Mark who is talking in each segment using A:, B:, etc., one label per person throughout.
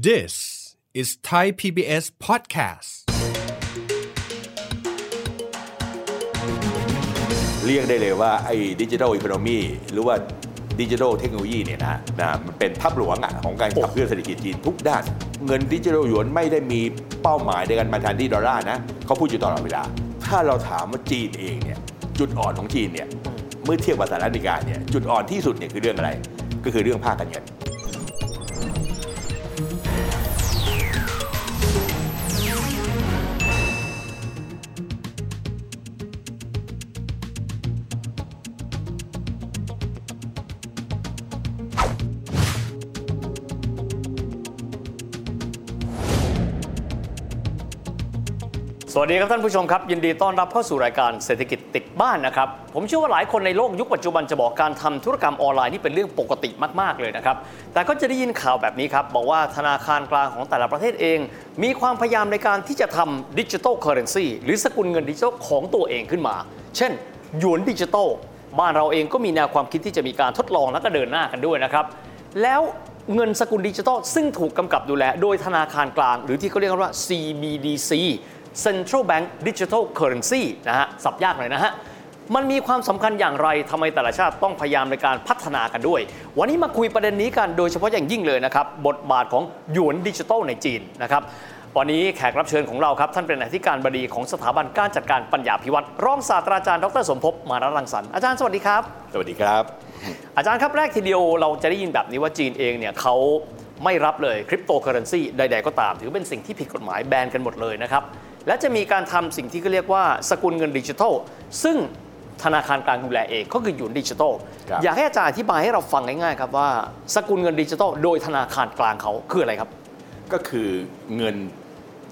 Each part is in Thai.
A: This is Thai PBS podcast.
B: เรียกได้เลยว่าไอ้ดิจิทัลอีโคโนมีหรือว่าดิจิทัลเทคโนโลยีเนี่ยนะนะมันเป็นภาพหลวงอะของการขับเคลื่อนเศรษฐกิจจีนทุกด้าน เงินดิจิทัลหยวนไม่ได้มีเป้าหมายในการมาแทนที่ดอลลาร์นะเขาพูดอยู่ตลอดเวลา ถ้าเราถามว่าจีนเองเนี่ยจุดอ่อนของจีนเนี่ยเมื่อเทียบกับสหรัฐอเมริกาเนี่ยจุดอ่อนที่สุดเนี่ยคือเรื่องอะไร ก็คือเรื่องภาคการเงิน
C: สวัสดีครับท่านผู้ชมครับ ยินดีต้อนรับเข้าสู่รายการเศรษฐกิจติดบ้านนะครับ ผมเชื่อว่าหลายคนในโลกยุคปัจจุบันจะบอกการทำธุรกรรมออนไลน์นี่เป็นเรื่องปกติมากๆเลยนะครับ แต่ก็จะได้ยินข่าวแบบนี้ครับ บอกว่าธนาคารกลางของแต่ละประเทศเอง มีความพยายามในการที่จะทำดิจิทัลเคอร์เรนซีหรือสกุลเงินดิจิทัลของตัวเองขึ้นมา เช่นหยวนดิจิทัลบ้านเราเองก็มีแนวความคิดที่จะมีการทดลองและก็เดินหน้ากันด้วยนะครับ แล้วเงินสกุลดิจิทัลซึ่งถูกกำกับดูแล โดยธนาคารกลาง หรือที่เขาเรียกกันว่า CBDC Central Bank Digital Currency นะฮะ สับยากหน่อยนะฮะ มันมีความสำคัญอย่างไรทำไมแต่ละชาติต้องพยายามในการพัฒนากันด้วย วันนี้มาคุยประเด็นนี้กันโดยเฉพาะอย่างยิ่งเลยนะครับ บทบาทของหยวนดิจิทัลในจีนนะครับ วันนี้แขกรับเชิญของเราครับ ท่านเป็นอธิการบดีของสถาบันการจัดการปัญญาพิวัตรรองศาสตราจารย์ดรสมภพมานะรังสรรค์อาจารย์สวัสดีครับ
B: สวัสดีครับ
C: อาจารย์ครับ แรกทีเดียวเราจะได้ยินแบบนี้ว่าจีนเองเนี่ยเขาไม่รับเลยคริปโตเคอเรนซีใดๆก็ตาม ถือเป็นสิ่งที่ผิดกฎหมายแบนกันหมดเลยนะครับ และจะมีการทำสิ่งที่เขาเรียกว่าสกุลเงินดิจิทัล ซึ่งธนาคารกลางดูแลเองก็คือหยวนดิจิทัล
B: ครับ
C: อยากให้อาจารย์อธิบายให้เราฟังง่ายๆครับว่าสกุลเงินดิจิทัลโดยธนาคารกลางเขาคืออะไรครับ
B: ก็คือเงิน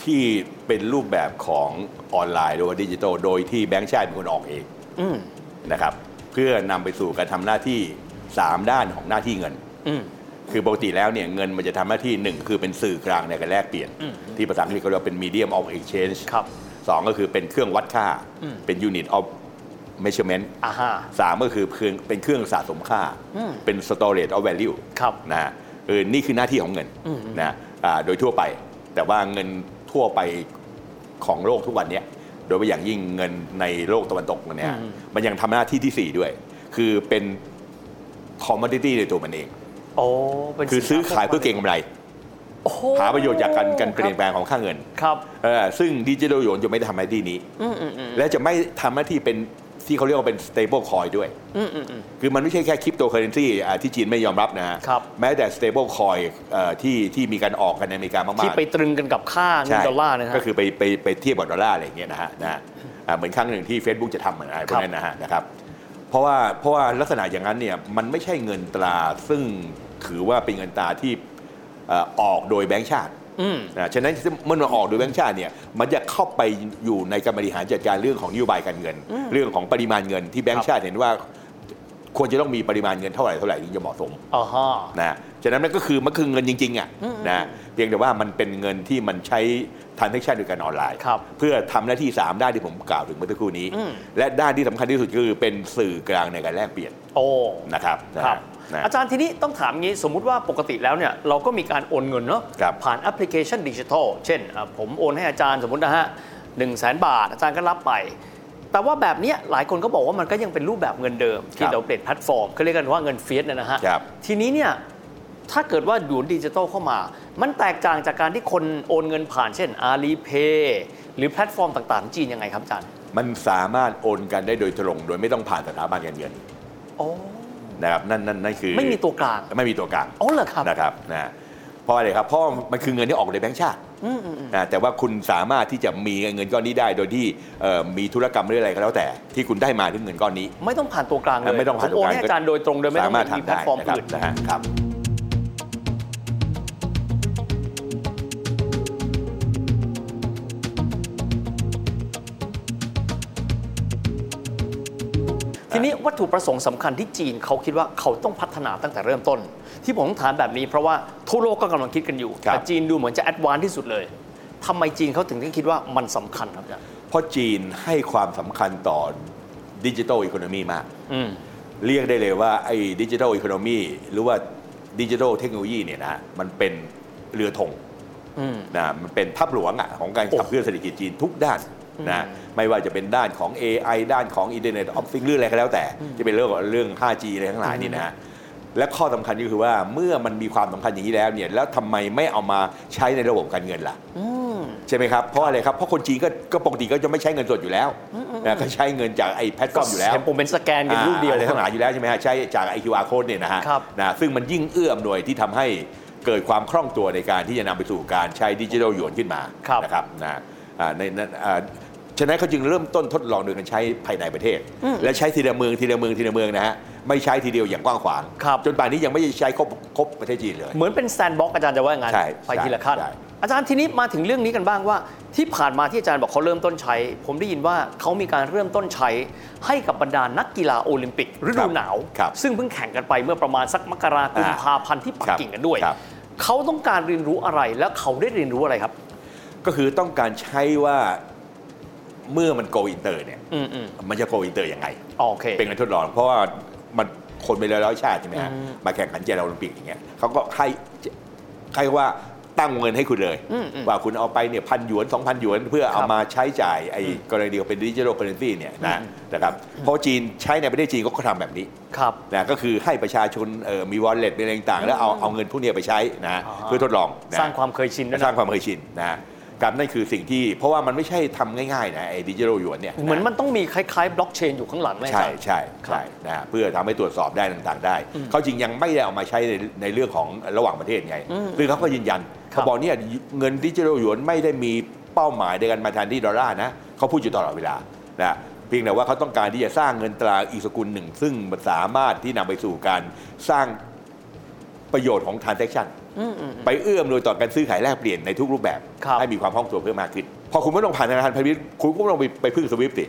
B: ที่เป็นรูปแบบของออนไลน์หรือว่าดิจิทัลโดยที่แบงก์ชาติเป็นคนออกเอง
C: อืม
B: นะครับเพื่อนำไปสู่การทำหน้าที่ 3 ด้านของหน้าที่เงิน
C: อืม
B: คือปกติแล้วเนี่ยเงินมันจะทำหน้าที่ 1 คือเป็นสื่อกลางในการแลกเปลี่ยน ที่ภาษาอังกฤษเขาเรียกว่าเป็น medium of exchange
C: ครับ
B: สองก็คือเป็นเครื่องวัดค่า
C: อืม
B: เป็น unit of measurement
C: อ่าฮะ
B: สามก็คือเครื่องเป็นเครื่องสะสมค่า
C: อืม
B: เป็น storage of value
C: ครับ
B: นะฮะเออนี่คือหน้าที่ของเงิน
C: อืม
B: นะอ่าโดยทั่วไป แต่ว่าเงินทั่วไปของโลกทุกวันเนี้ยโดยเฉพาะอย่างยิ่งเงินในโลกตะวันตกเนี่ย
C: อืม
B: มันยังทำหน้าที่ที่ 4 ด้วย คือเป็นคอมม o ดิตี้ในตัวมันเอง
C: โอ้เป็น
B: คือซื้อขายเพื่อเก็งกำไร
C: โอ้โ
B: หาประโยชน์จากการการเปลี่ยนแปลงของค่าเงิน
C: ครับ
B: เออซึ่งดิจิทัลโยนจะไม่ได้ทำหน้าที่นี้
C: อืมอืมอืม
B: และจะไม่ทำหน้าที่เป็นที่เขาเรียกว่าเป็น stable coin ด้วย
C: อืมอืมอืม
B: คือมันไม่ใช่แค่คริปโตเคอเรนซีอ่าที่จีนไม่ยอมรับนะฮะ
C: ครับ
B: แม้แต่ stable coin เอ่อที่ที่มีการออกกันในอเมริกามากๆ
C: ที่ไปตรึงกันกับค่าเงิน
B: ใช่
C: ดอลลาร์นะฮะ
B: ก็คือไปไปไปเทียบกับดอลลาร์อะไรอย่างเงี้ยนะฮะนะฮะอ่าเหมือนครั้งหนึ่งที่ Facebook จะทำเหมือนอะไรพวกนั้นนะฮะนะครับเพราะว่าเพราะว่าลักษณะอย่างนั้นเนี่ยมันไม่ใช่เงินตราซึ่งถือว่าเป็นเงินตราที่เอ่อออกโดยแบงก์ชาติ
C: อืม
B: นะฉะนั้นเมื่อมันออกโดยแบงก์ชาติเนี่ยมันจะเข้าไปอยู่ในการบริหารจัดการเรื่องของนโยบายการเงิน เรื่องของปริมาณเงินที่แบง
C: ครั
B: ก์
C: บ
B: ชาติเห็นว่า ควรจะต้องมีปริมาณเงินเท่าไหร่เท่าไหร่ถึงจะเหมาะสม
C: อ่าฮะ
B: นะ ฉะนั้นมันก็คือมันคือเงินจริงๆอ่ะนะเพียงแต่ว่ามันเป็นเงินที่มันใช้ทันเทคชั่นด้วยการออนไลน์
C: ครับ
B: เพื่อทำหน้าที่ 3 ด้านที่ผมกล่าวถึงเมื่อสักครู่นี้
C: อืม
B: และด้านที่สำคัญที่สุดก็คือเป็นสื่อกลางในการแลกเปลี่ยน
C: โอ้
B: นะครับนะครับ นะ
C: อาจารย์ทีนี้ต้องถามงี้สมมุติว่าปกติแล้วเนี่ยเราก็มีการโอนเงินเนาะ
B: ครับ
C: ผ่านแอปพลิเคชันดิจิทัลเช่นอ่ะผมโอนให้อาจารย์สมมตินะฮะหนึ่งแสนบาท อาจารย์ก็รับไป แต่ว่าแบบเนี้ยหลายคนก็บอกว่ามันก็ยังเป็นรูปแบบเงินเดิม ที่
B: ครับ
C: เราเปลี่ยนแพลตฟอร์มเขาเรียกกันว่าเงินเฟียสเนี่ยนะฮะ
B: ครับ
C: ทีนี้เนี่ย ถ้าเกิดว่าหยวนดิจิทัลเข้ามา มันแตกต่างจากการที่คนโอนเงินผ่านเช่น Alipay หรือแพลตฟอร์มต่างๆของจีนยังไงครับอาจารย์
B: มันสามารถโอนกันได้โดยตรงโดยไม่ต้องผ่านสถาบันการเงิน
C: อ๋อ
B: นะครับนั่นนั่นนั่นคือ
C: ไม่มีตัวกลาง
B: ไม่มีตัวกลาง
C: อ๋อเหรอครับ
B: นะครับนะเพราะอะไรครับเพราะมันคือเงินที่ออกโดยแบงก์ชาตินะแต่ว่าคุณสามารถที่จะมีเงินก้อนนี้ได้โดยที่เอ่อมีธุรกรรมหรืออะไรก็แล้วแต่ ที่คุณได้มาถึงเงินก้อนนี้
C: ไม่ต้องผ่านตัวกลางเลย
B: ไม่ต้องผ่าน
C: ผ
B: ตัว
C: โอก น
B: ลาง
C: ให้อาจารย์โดยตรงโดยไม่ต้อ
B: สางมารถ
C: มี
B: ทำ
C: แพล
B: ได้
C: ตฟอร์ม
B: นะครับ
C: อื่น
B: นะฮะครับ
C: ทีนี้วัตถุประสงค์สำคัญที่จีนเขาคิดว่าเขาต้องพัฒนาตั้งแต่เริ่มต้น ที่ผมถามแบบนี้เพราะว่าทั่วโลกก็กำลังคิดกันอยู่
B: ครับ
C: แต่จีนดูเหมือนจะแอดวานซ์ที่สุดเลยทำไมจีนเขาถึงได้คิดว่ามันสำคัญครับอาจารย์
B: เพราะจีนให้ความสำคัญต่อดิจิทัลอีโคโนมีมาก
C: อืม
B: เรียกได้เลยว่าไอ้ดิจิทัลอีโคโนมีหรือว่าดิจิทัลเทคโนโลยีเนี่ยนะมันเป็น เรือธง
C: อืม
B: นะมันเป็นภาพหลวงอะของการขับเคลื่อนเศรษฐกิจจีนทุกด้านนะไม่ว่าจะเป็นด้านของ AI ด้านของ Internet of Things หรืออะไรก็แล้วแต่ จะเป็นเรื่องของเรื่อง 5G อะไรทั้งหลายนี่นะฮะและข้อสำคัญก็คือว่าเมื่อมันมีความสำคัญอย่างนี้แล้วเนี่ยแล้วทำไมไม่เอามาใช้ในระบบการเงินล่ะ ใช่ไหมครับ เพราะอะไรครับ เพราะคนจีนก็ก็ปกติก็จะไม่ใช้เงินสดอยู่แล้วนะก็ใช้เงินจากไอ้แพลตฟอร์มอยู่แล้ว
C: เห็นผมเป็นสแกนกันรูปเดียว
B: อะไรทั้งหลายอยู่แล้วใช่ไหมฮะใช้จาก IQR code เนี่ยนะฮะ
C: ครับ
B: นะซึ่งมันยิ่งเอื้ออำนวยที่ทำให้เกิดความคล่องตัวในการที่จะนำไปสู่การใช้ดิจิทัลหยวนขึ้นมา
C: ครับ
B: นะครับนะอ่าในนั้นอ่าฉะนั้นเขาจึงเริ่มต้นทดลองโดยการใช้ภายในประเทศ และใช้ทีละเมืองทีละเมืองทีละเมืองนะฮะไม่ใช้ทีเดียวอย่างกว้างขวาง
C: ครับ
B: จนป่านนี้ยังไม่ได้ใช้ครบครบประเทศจีนเลย
C: เหมือนเป็นแซนด์บ็อกซ์อาจารย์จะว่าอย่างนั้น
B: ใช่
C: ไปทีละขั้น
B: ใช่
C: อาจารย์ทีนี้มาถึงเรื่องนี้กันบ้างว่า ที่ผ่านมาที่อาจารย์บอกเขาเริ่มต้นใช้ ผมได้ยินว่าเขามีการเริ่มต้นใช้ ให้กับบรรดานักกีฬาโอลิมปิกฤดูหนาว
B: ครับ
C: ซึ่งเพิ่งแข่งกันไปเมื่อประมาณสักมกราคมกุมภาพันธ์ที่ปักกิ่งกันด้วย
B: ครับ
C: เขาต้องการเรียนรู้อะไรและเขาได้เรียนรู้อะไรครับ
B: ก็คือต้องการใช้ว่าเมื่อมันโกอินเตอร์เนี่ย
C: อืมอืม
B: มันจะโกอินเตอร์ยังไง
C: อ๋อโอเค
B: เป็นการทดลองเพราะว่ามันคนไปร้อยๆชาติใช่ไหมฮะ
C: อืม
B: มาแข่งขันเจฬาโอลิมปิกอย่างเงี้ยเขาก็ใครใครว่าตั้งเงินให้คุณเลย
C: อืมอืม
B: ว่าคุณเอาไปเนี่ยพันหยวนสองพันหยวน เพื่อเอามาใช้จ่ายไอ้กรณีเดียวเป็นดิจิทัลเคอร์เรนซีเนี่ยนะนะครับเพราะจีนใช้ในประเทศจีนก็ทำแบบนี้
C: ครับ
B: นะก็คือให้ประชาชนเอ่อมีวอลเล็ตมีอะไรต่างๆ แล้วเอาเอาเงินพวกเนี้ยไปใช้นะ
C: อ๋อ
B: เพื่อทดลองนะ
C: สร้างความเคยชินด้วย
B: สร้า
C: นะ
B: งความเคยชินนะครับนั่นคือสิ่งที่เพราะว่ามันไม่ใช่ทำง่ายๆนะไอ้ดิจิทัลหยวนเนี่ยะ
C: เหมือนมันต้องมีคล้ายๆบล็อกเชนอยู่ข้างหลังไหมอา
B: ใช่
C: จารย์
B: ใช่
C: ครับ
B: ใช่นะฮะเพื่อทำให้ตรวจสอบได้ต่างๆได้ เขาจริงยังไม่ได้เอามาใช้ในในเรื่องของระหว่างประเทศไงซึ่งเขาก็ยืนยัน
C: ครับ
B: เขาบอกเนี่ยเงินดิจิทัลหยวนไม่ได้มีเป้าหมายในการมาแทนที่ดอลลาร์นะเขาพูดอยู่ตลอดเวลานะเพียงแต่ว่าเขาต้องการที่จะสร้างเงินตราอีกสกุลหนึ่ง ซึ่งมันสามารถที่นำไปสู่การสร้างประโยชน์ของ transaction
C: อืมอืม
B: ไปเอื้อมโดยต่อการซื้อขายแลกเปลี่ยนในทุกรูปแบบ
C: ครับ
B: ให้มีความคล่องตัวเพิ่มมากขึ้น พอคุณไม่ต้องผ่านธนาคารพาณิชย์คุณก็ไม่ต้องไปไปพึ่งสวิฟต์สิ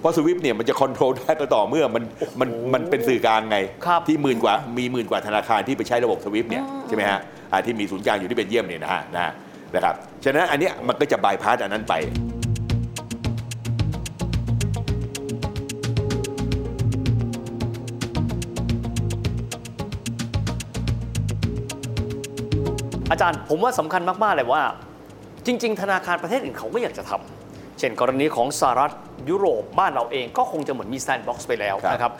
B: เพราะสวิฟต์เนี่ยมันจะคอนโทรลได้ก็ต่อเมื่อมันมันมันเป็นสื่อกลางไง
C: ครับ
B: ที่หมื่นกว่ามีหมื่นกว่าธนาคารที่ไปใช้ระบบสวิฟต์เนี่ยใช่ไหมฮะอ่าที่มีศูนย์กลางอยู่ที่เป็นเยี่ยมเนี่ยนะฮะนะนะครับฉะนั้นอันเนี้ยมันก็จะบายพาสอันนั้นไป
C: อาจารย์ผมว่าสำคัญมาก ๆ เลยว่า จริง ๆ ธนาคารประเทศอื่นเขาก็อยากจะทำเช่นกรณีของสหรัฐยุโรปบ้านเราเองก็คงจะเหมือนมีแซนด์บ็อกซ์ไปแล้ว
B: ครับ
C: นะครับ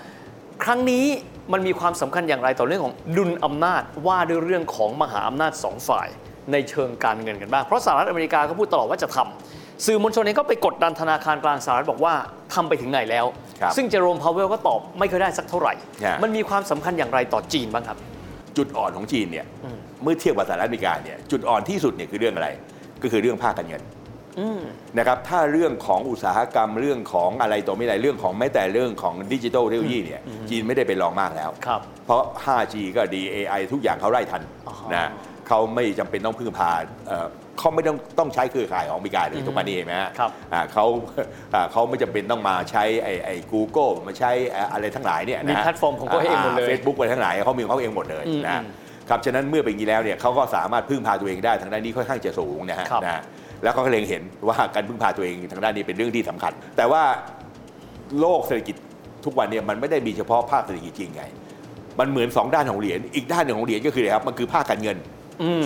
C: ครั้งนี้มันมีความสำคัญอย่างไรต่อเรื่องของดุลอำนาจว่าด้วยเรื่องของมหาอำนาจสองฝ่าย ในเชิงการเงินกันบ้าง เพราะสหรัฐอเมริกาก็พูดตลอดว่าจะทำสื่อมวลชนเองก็ไปกดดันธนาคารกลางสหรัฐบอกว่าทำไปถึงไหนแล้ว
B: ครับ
C: ซึ่งเจอโรมพาวเวลก็ตอบไม่เคยได้สักเท่าไหร่
B: ฮะ
C: มันมีความสำคัญอย่างไรต่อจีนบ้างครับ
B: จุดอ่อนของจีนเนี่ยเมื่อเทียบกับสหรัฐอเมริกาเนี่ยจุดอ่อนที่สุดเนี่ยคือเรื่องอะไร ก็คือเรื่องภาคการเงินนะครับถ้าเรื่องของอุตสาหกรรมเรื่องของอะไรต่อไม่อะไรเรื่องของแม้แต่เรื่องของดิจิทัลเทคโนโลยีเนี่ยจีนไม่ได้ไปรองมากแล้ว
C: ครับ
B: เพราะ 5G ก็ดี AI ทุกอย่างเขาไล่ทัน
C: อ๋อ
B: นะเขาไม่จำเป็นต้องพึ่งพาเอ่อเขาไม่ต้องต้องใช้เครือข่ายของอเมริกาเลยทุกวันนี้เห็นไหมฮะ
C: ครับ
B: อ่าเขาอ่าเขาไม่จำเป็นต้องมาใช้ไอ้ไอ้ Google มาใช้อะไรทั้งหลายเนี่ยนะ
C: มีแพลตฟอร์มของเขาเองหมดเลย
B: เฟซบุ๊กอะไรทั้งหลายเขามีของเขาเองหมดเลย
C: อืม
B: นะนะครับฉะนั้นเมื่อเป็นอย่างนี้แล้วเนี่ยเขาก็สามารถพึ่งพาตัวเองได้ทางด้านนี้ค่อนข้างจะสูงนะฮะ
C: ครับ
B: นะแล้วเขาก็เล็งเห็นว่าการพึ่งพาตัวเองทางด้านนี้เป็นเรื่องที่สำคัญ แต่ว่าโลกเศรษฐกิจทุกวันเนี่ยมันไม่ได้มีเฉพาะภาคเศรษฐกิจจริงไง มันเหมือนสองด้านของเหรียญอีกด้านหนึ่งของเหรียญก็คืออะไรครับมันคือภาคการเงิน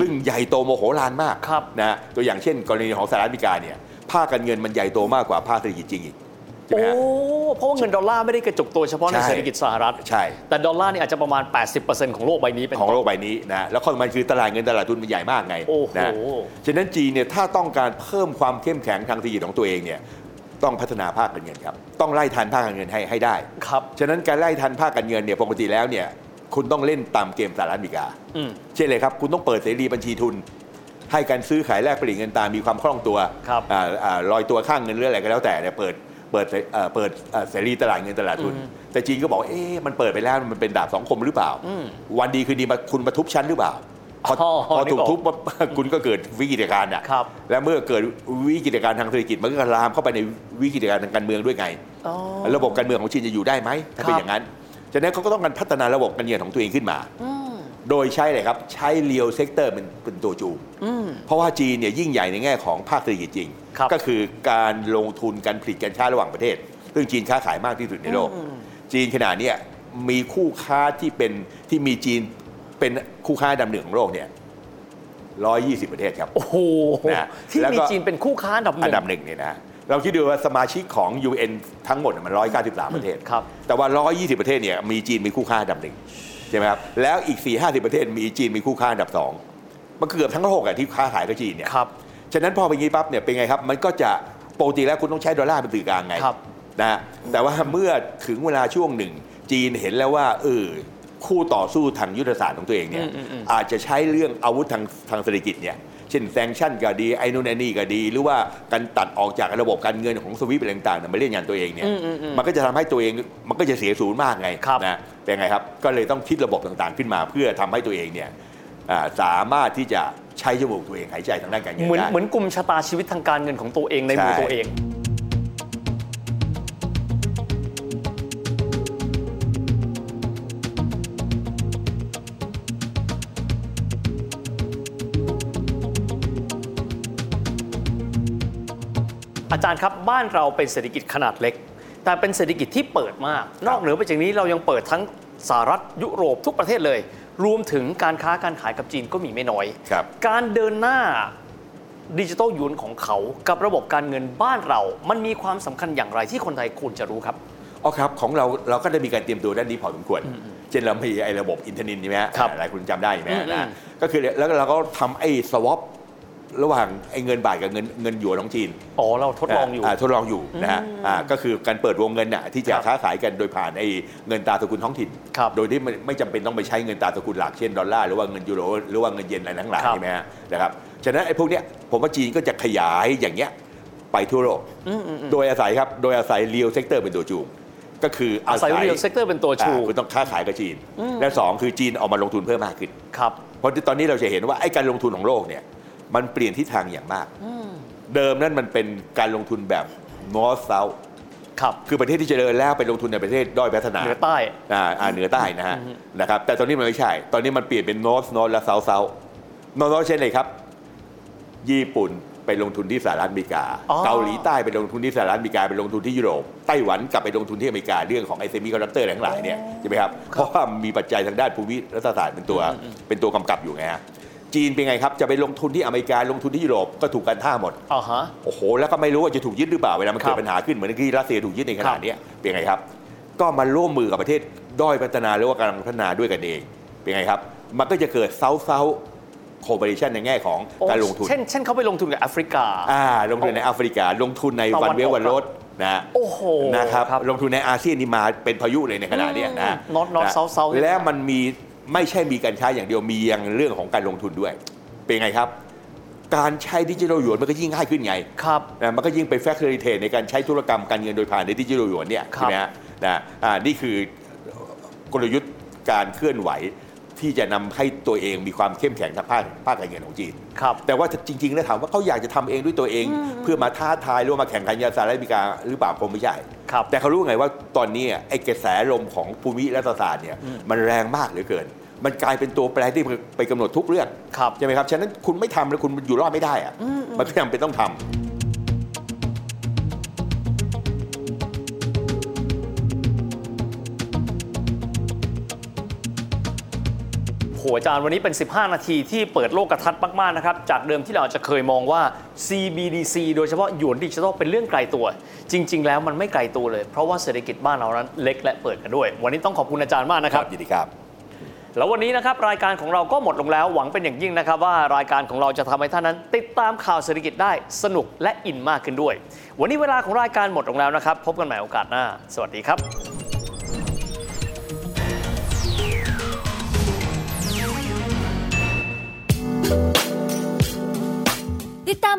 B: ซึ่งใหญ่โตโมโหลานมาก
C: ครับ
B: นะตัวอย่างเช่น กรณีของสหรัฐอเมริกาเนี่ยภาคการเงินมันใหญ่โตมากกว่าภาคเศรษฐกิจจริงอีกใช่ไหม
C: โอ้
B: ฮะ
C: เพราะว่าเงินดอลลาร์ไม่ได้กระจุกตัวเฉพาะใน
B: ใช่
C: เศรษฐกิจสหรัฐ
B: ใช่
C: แต่ดอลลาร์นี่อาจจะประมาณ 80%ของโลกใบนี้เป็น
B: ของ
C: ต้น
B: โลกใบนี้นะแล้วข้อสำคัญคือตลาดเงินตลาดทุนมันใหญ่มากไง
C: โอ้โห
B: นะฉะนั้นจีนเนี่ยถ้าต้องการเพิ่มความเข้มแข็งทางเศรษฐกิจของตัวเองเนี่ยต้องพัฒนาภาคการเงินครับ ต้องไล่ทันภาคการเงินให้ให้ได้
C: ครับ
B: ฉะนั้นการไล่ทันภาคการเงินเนี่ยปกติแล้วเนี่ยคุณต้องเล่นตามเกมสหรัฐอเมริกา
C: อืม
B: เช่นเลยครับ คุณต้องเปิดเสรีบัญชีทุน ให้การซื้อขายแลกเปลี่ยนเงินตามมีความคล่องตัว
C: ครับ
B: อ่าอ่าลอยตัวข้างเงินหรืออะไรก็แล้วแต่เนี่ยเปิดเปิดเสเอ่อเปิดเอ่อเสรีตลาดเงินตลาดทุน แต่จีนก็บอกเอ๊ะมันเปิดไปแล้วมันเป็นดาบสองคมหรือเปล่า วันดีคืนดีมาคุณมาทุบชั้นหรือเปล่า พอ
C: อ๋อ
B: พอ
C: นึ
B: ถู
C: ก
B: ก
C: ออก
B: ทุบปั๊บ คุณก็เกิดวิกฤตการณ์อ่ะ
C: ครับ
B: และเมื่อเกิดวิกฤตการณ์ทางเศรษฐกิจมันก็ลามเข้าไปในวิกฤตการณ์ทางการเมืองด้วยไง
C: อ๋อ
B: ระบบการเมืองของจีนจะอยู่ได้ไหมถ้าเป็น
C: ค
B: อ
C: รับ
B: ย่างนั้น ฉะนั้นเขาก็ต้องการพัฒนาระบบการเงินของตัวเองขึ้นมา โดยใช้อะไรครับ ใช้เรียวเซกเตอร์เป็นเป็นตัวจูง
C: อืม
B: เพราะว่าจีนเนี่ยยิ่งใหญ่ในแง่ของภาคเศรษฐกิจจริง
C: ครับ
B: ก็คือการลงทุนการผลิตการค้าระหว่างประเทศ ซึ่งจีนค้าขายมากที่สุดในโลก จีนขนาดเนี้ยมีคู่ค้าที่เป็นที่มีจีนเป็นคู่ค้าอันดำหนึ่งของโลกเนี่ย 120 ประเทศครับ
C: โอ้โห
B: นะ
C: ที่
B: แล้ว
C: มี
B: ก็
C: จีนเป็นคู่ค้าอันดับห
B: อั
C: นึ่
B: นดับ
C: ง
B: หนึ่งเนี่ยนะเราคิดดูว่าสมาชิกของ UN ทั้งหมดเนี่ยมัน 193 ประเทศ
C: ครับ
B: แต่ว่า 120 ประเทศเนี่ยมีจีนมีคู่ค้าอันดับหนึ่งใช่ไหมครับแล้วอีก 4 50 ประเทศมีจีนมีคู่ค้าอันดับสองมันเกือบทั้งโลกอะที่ค้าขายกับจีนเนี่ย
C: ครับ
B: ฉะนั้นพอเป็นอย่างนี้ปั๊บเนี่ยเป็นไงครับ มันก็จะปกติแล้วคุณต้องใช้ดอลลาร์เป็นสื่อกลางไง
C: ครับ
B: นะฮะแต่ว่าเมื่อถึงเวลาช่วงหนึ่ง จีนเห็นแล้วว่าเออคู่ต่อสู้ทางยุทธศาสตร์ของตัวเองเนี่ยอาจจะใช้เรื่องอาวุธทางทางเศรษฐกิจเนี่ยเช่นแซงชั่นก็ดีไอ้นู่นไอ้นี่ก็ดี หรือว่าการตัดออกจากระบบการเงินของสวิฟต์อะไรต่างๆเนี่ยมาเล่นงานตัวเองเนี่ยมันก็จะทำให้ตัวเองมันก็จะเสียศูนย์มากไงนะเป็นไงครับก็เลยต้องคิดระบบต่างๆขึ้นมา เพื่อทำให้ตัวเองเนี่ยอ่าสามารถที่จะใช้จมูกตัวเองหายใจทางด้านการเงิน
C: เหมือน
B: ได้
C: เหมือนกลุ่มชะตาชีวิตทางการเงินของตัวเองในมือ
B: ใช่
C: ตัวเอง อาจารย์ครับบ้านเราเป็นเศรษฐกิจขนาดเล็ก แต่เป็นเศรษฐกิจที่เปิดมาก นอกเหนือไปจากนี้เรายังเปิดทั้งสหรัฐยุโรปทุกประเทศเลย รวมถึงการค้าการขายกับจีนก็มีไม่น้อย
B: ครับ
C: การเดินหน้าดิจิทัลยูนของเขากับระบบการเงินบ้านเรา มันมีความสำคัญอย่างไรที่คนไทยควรจะรู้ครับ
B: อ๋อครับ ของเราเราก็ได้มีการเตรียมตัวด้านนี้พอสมควร เช่นเรามีไอ้ระบบอินเทอร์เน็ตใช่ไหมฮะ
C: ครับ
B: หลายคนจำได้ใช่ไหมฮะ
C: อืม
B: นะก็คือแล้วเราก็ทำไอ้สวอประหว่างไอ้เงินบาทกับเงินเงินหยวนของจีน
C: อ๋อเราทดลองอยู่
B: าทดลองอยู่นะฮะอ่าก็คือการเปิดวงเงินน่ะที่จะ
C: ครับ
B: ค้าขายกันโดยผ่านไอ้เงินตราสกุลท้องถิ่น
C: ครับ
B: โดยที่ไม่ไม่จำเป็นต้องไปใช้เงินตราสกุลหลักเช่นดอลลาร์หรือว่าเงินยูโรหรือว่าเงินเยนอะไรทั้งหลาย
C: ครับ
B: ใช่ไหมฮะนะครับฉะนั้นไอ้พวกเนี้ยผมว่าจีนก็จะขยายอย่างเงี้ยไปทั่วโลกโดยอาศัยครับโดยอาศัยเรียลเซกเตอร์เป็นตัวจูงก็คืออา
C: อาศั
B: ศั
C: ย
B: ย
C: เรียลเซกเตอร์เป็นตัวชู
B: อ่าคุณต้องค้าขายกับจีน และสองคือจีนออกมาลงทุนเพิ่มมากขึ้น
C: ครับ
B: เพราะที่ตอนนี้เราจะเห็นว่าไอ้การลงทุนของโลกเนี่ยมันเปลี่ยนทิศทางอย่างมาก เดิมนั้นมันเป็นการลงทุนแบบ north south
C: ครับ
B: คือประเทศที่เจริญแล้วไปลงทุนในประเทศด้อยพัฒนา
C: เหนือใต้
B: อ่าอ่าเหนือใต้นะฮะนะครับแต่ตอนนี้มันไม่ใช่ ตอนนี้มันเปลี่ยนเป็น north north และ south south north north เช่นเลยครับ ญี่ปุ่นไปลงทุนที่สหรัฐอเมริกา
C: อ๋อ
B: เกาหลีใต้ไปลงทุนที่สหรัฐอเมริกาไปลงทุนที่ยุโรปไต้หวันกลับไปลงทุนที่อเมริกาเรื่องของไอเซมิคอนดักเตอร์ทั้งหลายเนี่ยใช่ไหมครับเพราะว่ามีปัจจัยทางด้านภูมิรัฐศาสตร์เป็นตัวเป็นตัวกำกับอยู่ไงฮะจีนเป็นไงครับจะไปลงทุนที่อเมริกาลงทุนที่ยุโรปก็ถูกการท่าหมด
C: อ่าฮะ
B: โอ้โห แล้วก็ไม่รู้ว่าจะถูกยึดหรือเปล่า เวลามันเกิ
C: ครั
B: ด
C: บ
B: ปัญหาขึ้นเหมือนที่รัสเซียถูกยึดในข
C: ครั
B: ณะ
C: บ
B: เนี้ยเป็นไงครับ ก็มาร่วมมือกับประเทศด้อยพัฒนาหรือว่ากำลังพัฒนาด้วยกันเอง เป็นไงครับ มันก็จะเกิดเซาเซาโคเปอเรชันในแง่ของ
C: โอ้
B: การลงทุน
C: เช่น เช่นเขาไปลงทุนกับแอฟริกา
B: อ่าลงทุนในแอฟริกา ลงทุนใน
C: ตะวั
B: วัน นเวล
C: ออก
B: วันรถนะ
C: โอ้โห
B: นะครับ
C: ครับ
B: ลงทุนในอาเซียนนี่มาเป็นพายุเลยในขณะเนี้ยนะ
C: North North
B: ะ
C: South South
B: และมันมีไม่ใช่มีการค้าอย่างเดียวมียังเรื่องของการลงทุนด้วย เป็นไงครับ การใช้ดิจิทัลหยวนมันก็ยิ่งง่ายขึ้นไง
C: ครับ
B: นะมันก็ยิ่งไปแฟคเ i อร์เทในการใช้ธุรกรรมการเงินโดยผ่านในดิจิทัลหยวนเนี่ย
C: ครับ
B: ใช่ไหมฮะนะอ่านี่คือกลยุทธ์การเคลื่อนไหวที่จะนำให้ตัวเองมีความเข้มแข็งทางภาคภาคการเงินของจีน
C: ครับ
B: แต่ว่าจริงๆแล้วถามว่าเขาอยากจะทำเองด้วยตัวเอง เพื่อมาท้าทายหรือว่ามาแข่งขันยาสหรัฐอเมริกาหรือเปล่าคงไม่ใช่
C: ครับ
B: แต่เขารู้ไงว่าตอนนี้ไอ้กระแสลมของภูมิรัฐศาสตร์เนี่ยมันแรงมากเหลือเกิน มันกลายเป็นตัวแปรที่ไปกำหนดทุกเรื่อง
C: ครับ
B: ใช่ไหมครับฉะนั้นคุณไม่ทำแล้วคุณอยู่รอดไม่ได้อะมันก็จำเป็นต้องทำ
C: โหอาจารย์วันนี้เป็น 15 นาทีที่เปิดโลกกระทัดมาก ๆ นะครับ จากเดิมที่เราอาจจะเคยมองว่า CBDC โดยเฉพาะหยวนดิจิทัลเป็นเรื่องไกลตัว จริง ๆ แล้วมันไม่ไกลตัวเลย เพราะว่าเศรษฐกิจบ้านเรานั้นเล็กและเปิดกันด้วย วันนี้ต้องขอบคุณอาจารย์มากนะครับ
B: ยินดีครับ
C: แล้ววันนี้นะครับรายการของเราก็หมดลงแล้ว หวังเป็นอย่างยิ่งนะครับ ว่ารายการของเราจะทำให้ท่านนั้น ติดตามข่าวเศรษฐกิจได้สนุกและอินมากขึ้นด้วย วันนี้เวลาของรายการหมดลงแล้วนะครับ พบกันใหม่โอกาสหน้า สวัสดีครับ
D: ติดตาม